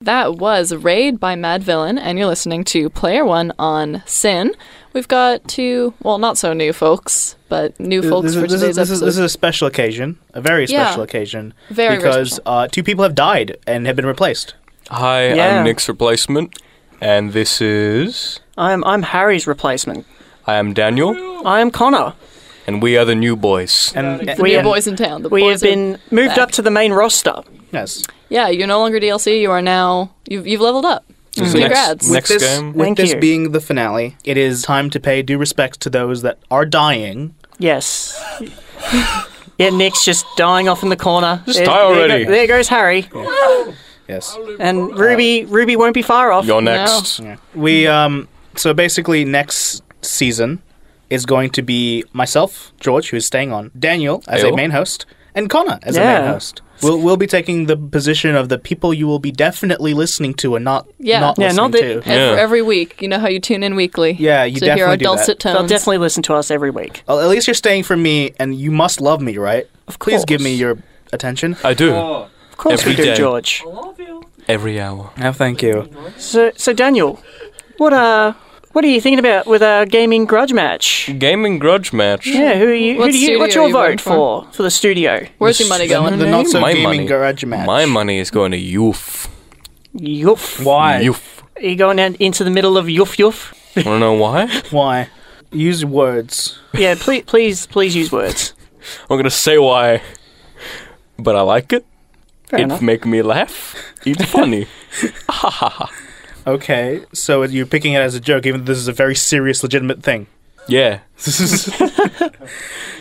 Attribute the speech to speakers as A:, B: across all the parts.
A: That was Raid by Mad Villain, and you're listening to Player One on Sin. We've got two, well, not so new folks, but new folks
B: this,
A: for
B: is- this is,
A: today's
B: this is-
A: episode.
B: this is a special occasion, a very
A: Yeah.
B: special occasion,
A: Very, very
B: because
A: special.
B: uh, two people have died and have been replaced.
C: Hi,
D: Yeah.
C: I'm Nick's replacement, and this is.
D: I'm I'm Harry's replacement.
C: I am Daniel,
D: I am Connor.
C: and we are the new boys.
B: And, and
A: the new
D: have-
A: boys in town. The
D: We
A: boys
D: have been moved
A: back.
D: up to the main roster.
B: yes,
A: Yeah, you're no longer DLC. You are now. You've, you've leveled up.
C: is
A: Congrats.
C: next-
B: with this,
C: game.
B: With
D: Thank
B: this
D: you.
B: being the finale, it is time to pay due respects to those that are dying.
D: Yes. yeah, Nick's just dying off in the corner. Just
C: die already.
D: There, go- there goes Harry.
B: Yes.
D: And Ruby Ruby won't be far off.
C: You're next.
B: Yeah. We um so basically next season is going to be myself, George, who's staying on, Daniel as a
C: Ayo.
B: main host, and Connor as a main
D: Yeah.
B: host. We'll we'll be taking the position of the people you will be definitely listening to and not
A: Yeah.
B: not
D: Yeah,
B: listening
D: not the-
B: to.
A: And for
C: Yeah.
A: every week, you know how you tune in weekly.
B: Yeah, you
A: to hear our
B: definitely do that.
A: dulcet
D: They'll
A: tones.
D: definitely listen to us every week.
B: Well, at least you're staying for me, and you must love me, right? Of Please give
D: course.
B: me your attention.
C: I do.
D: Of course
C: Every
D: we do,
C: day.
D: George.
C: Every hour.
B: No, thank you.
D: So so Daniel, what uh what are you thinking about with our gaming grudge match?
C: Gaming grudge match.
D: Yeah, who are you,
A: What
D: who do you what's
A: studio
D: your
A: you voting
D: vote for? For the studio.
A: Where's your money going?
B: The not so
C: My
B: gaming
C: money.
B: garage match.
C: My money is going to Yoof.
D: Yoof.
B: Why?
C: Yoof.
D: Are you going down into the middle of yoof yoof?
C: Wanna know why?
B: Why? Use words.
D: Yeah, please please please use words.
C: I'm gonna say why, but I like it.
D: Fair
C: it
D: enough.
C: make me laugh. It's funny.
B: Okay, so you're picking it as a joke, even though this is a very serious, legitimate thing.
C: yeah.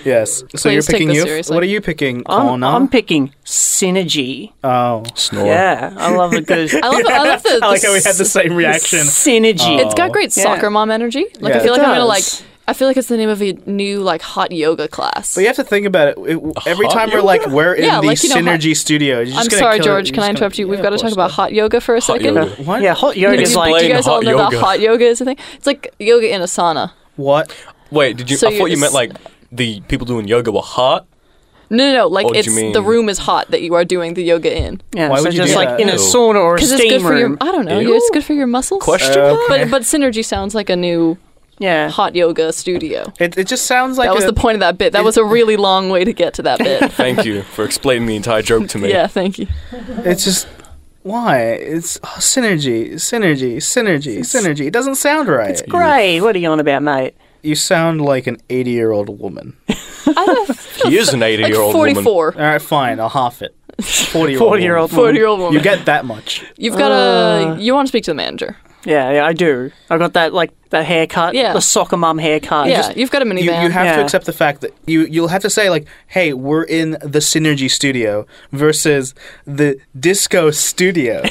B: yes. So
A: Please
B: you're
A: take
B: picking
A: this
B: you.
A: seriously.
B: What are you picking,
D: I'm,
B: Connor?
D: I'm picking synergy.
B: oh,
C: Snore.
D: Yeah, I love the good
A: I love, I love the.
B: I like how we had the
A: s-
B: same reaction. Oh.
D: synergy.
A: It's got great
D: Yeah.
A: soccer mom energy. Like
B: Yeah.
A: I feel
B: It
A: like I'm gonna like.
D: does.
A: I feel like it's the name of a new like hot yoga class.
B: But you have to think about it. It- every
C: Hot
B: time we're
C: yoga?
B: like we're in
A: Yeah,
B: the
A: like, you know, hot-
B: synergy studio. You're just
A: I'm
B: gonna
A: sorry,
B: kill
A: George.
B: it. You're
A: Can I
B: just gonna-
A: interrupt you? We've
B: yeah,
A: got to
B: of
A: talk
B: course.
A: about hot yoga for a
C: Hot
A: second.
C: yoga.
B: What?
D: Uh, Yeah, hot yoga is
C: Explain
A: Do you
D: like
A: guys all
C: hot
A: know
C: yoga.
A: that hot yoga is a thing? It's like yoga in a sauna.
B: What?
C: Wait, did you?
A: So
C: I
A: you're
C: thought you meant
A: just-
C: like the people doing yoga were hot.
A: No, no, no. Like
C: Oh, do you
A: it's the
C: mean-
A: room is hot that you are doing the yoga in.
D: yeah,
B: Why
D: so
B: would you
D: just
B: do
D: like
B: that?
D: in a
C: Ew.
D: sauna or a
A: Because it's good
D: steam
A: for your.
D: room.
A: I don't know.
C: Ew.
A: It's good for your muscles.
C: Question
B: Uh, okay.
A: But but synergy sounds like a new
D: Yeah,
A: hot yoga studio.
B: It, it just sounds like
A: That was
B: a-
A: the point of that bit. That was a really long way to get to that bit.
C: Thank you for explaining the entire joke to me.
A: Yeah, thank you.
B: It's just why it's oh, synergy, synergy, synergy, synergy. It doesn't sound right.
D: great. What are you on about, mate?
B: You sound like an eighty-year-old woman.
C: He is an 80
A: Like
C: year old woman.
A: 44.
B: All right, fine. I'll half it. Forty-year-old.
D: Forty-year-old,
A: 40 year old woman.
B: You get that much.
A: You've got
B: Uh,
A: a. You want to speak to the manager.
D: Yeah, yeah, I do. I got that like the haircut,
A: Yeah.
D: the soccer mum haircut.
A: Yeah,
D: Just-
A: you've got a minivan.
B: You, you have to
D: Yeah.
B: accept the fact that you you'll have to say like, "Hey, we're in the Synergy Studio versus the Disco Studio."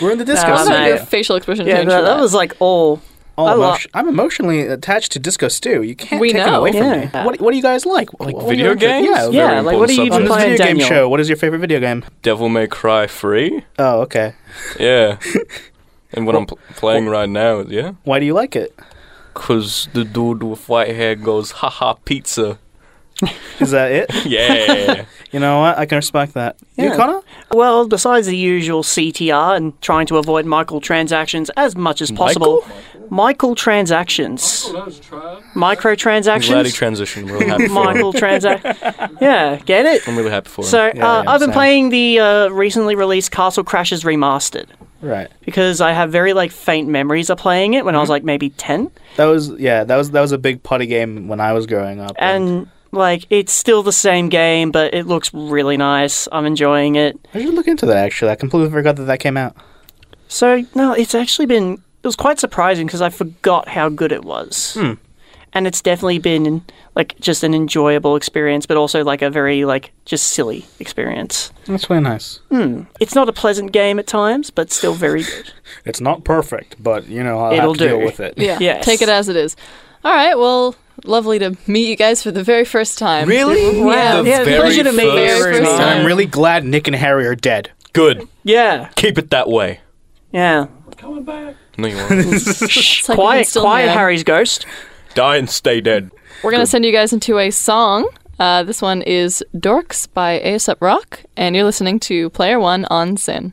B: we're in the Disco
D: Nah,
A: What about
B: Studio.
A: your
D: mate.
A: facial expression
D: yeah,
A: change?
D: that,
A: for
D: that was like all.
B: All
D: I lo-
B: emotio- I'm emotionally attached to Disco Stew. You can't
A: We
B: take
A: know.
B: it away from
D: Yeah.
B: me. What, what do you guys like? Like
C: Video games?
B: Yeah.
C: Very
D: Yeah, like, what
C: important
D: do you
B: On
C: subject.
B: this
D: Brian
B: video game
D: Daniel.
B: show, what is your favorite video game?
C: Devil May Cry free.
B: Oh, okay.
C: Yeah. and what I'm pl- playing right now, yeah?
B: Why do you like it?
C: Because the dude with white hair goes, haha, pizza.
B: Is that it?
C: Yeah.
B: you know what? I can respect that. You,
D: Yeah.
B: Connor?
D: Well, besides the usual CTR and trying to avoid microtransactions as much as possible, microtransactions,
C: Glad he
D: microtransactions,
C: transitioned. Really happy for him.
D: microtransac. yeah, get it.
C: I'm really happy for him.
D: So uh,
B: yeah,
D: I've been
B: same.
D: playing the uh, recently released Castle Crashers remastered
B: Right.
D: because I have very like faint memories of playing it when
B: Mm-hmm.
D: I was like maybe ten,
B: That was yeah. That was that was a big putty game when I was growing up.
D: and like it's still the same game, but it looks really nice. I'm enjoying it.
B: I should look into that actually. I completely forgot that that came out.
D: So no, it's actually been it was quite surprising because I forgot how good it was, and it's definitely been like just an enjoyable experience, but also like a very like just silly experience.
B: That's really nice.
D: It's not a pleasant game at times, but still very good.
B: It's not perfect, but you know I'll
D: It'll
B: have to deal
D: do.
B: with it.
A: Yeah.
D: Yes.
A: Take it as it is. All right. Well, lovely to meet you guys for the very first time.
B: Really?
A: Yeah.
C: The very
D: pleasure to meet you.
C: first
A: Very first
B: And
A: time.
B: I'm really glad Nick and Harry are dead.
C: Good.
D: Yeah,
C: Keep it that way.
D: yeah.
C: No, you won't.
A: It's like we can
D: quiet,
A: still
D: quiet,
A: know.
D: Harry's ghost.
C: Die and stay dead.
A: We're gonna send you guys into a song. Uh, this one is Dorks by Aesop Rock, and you're listening to Player One on Sin.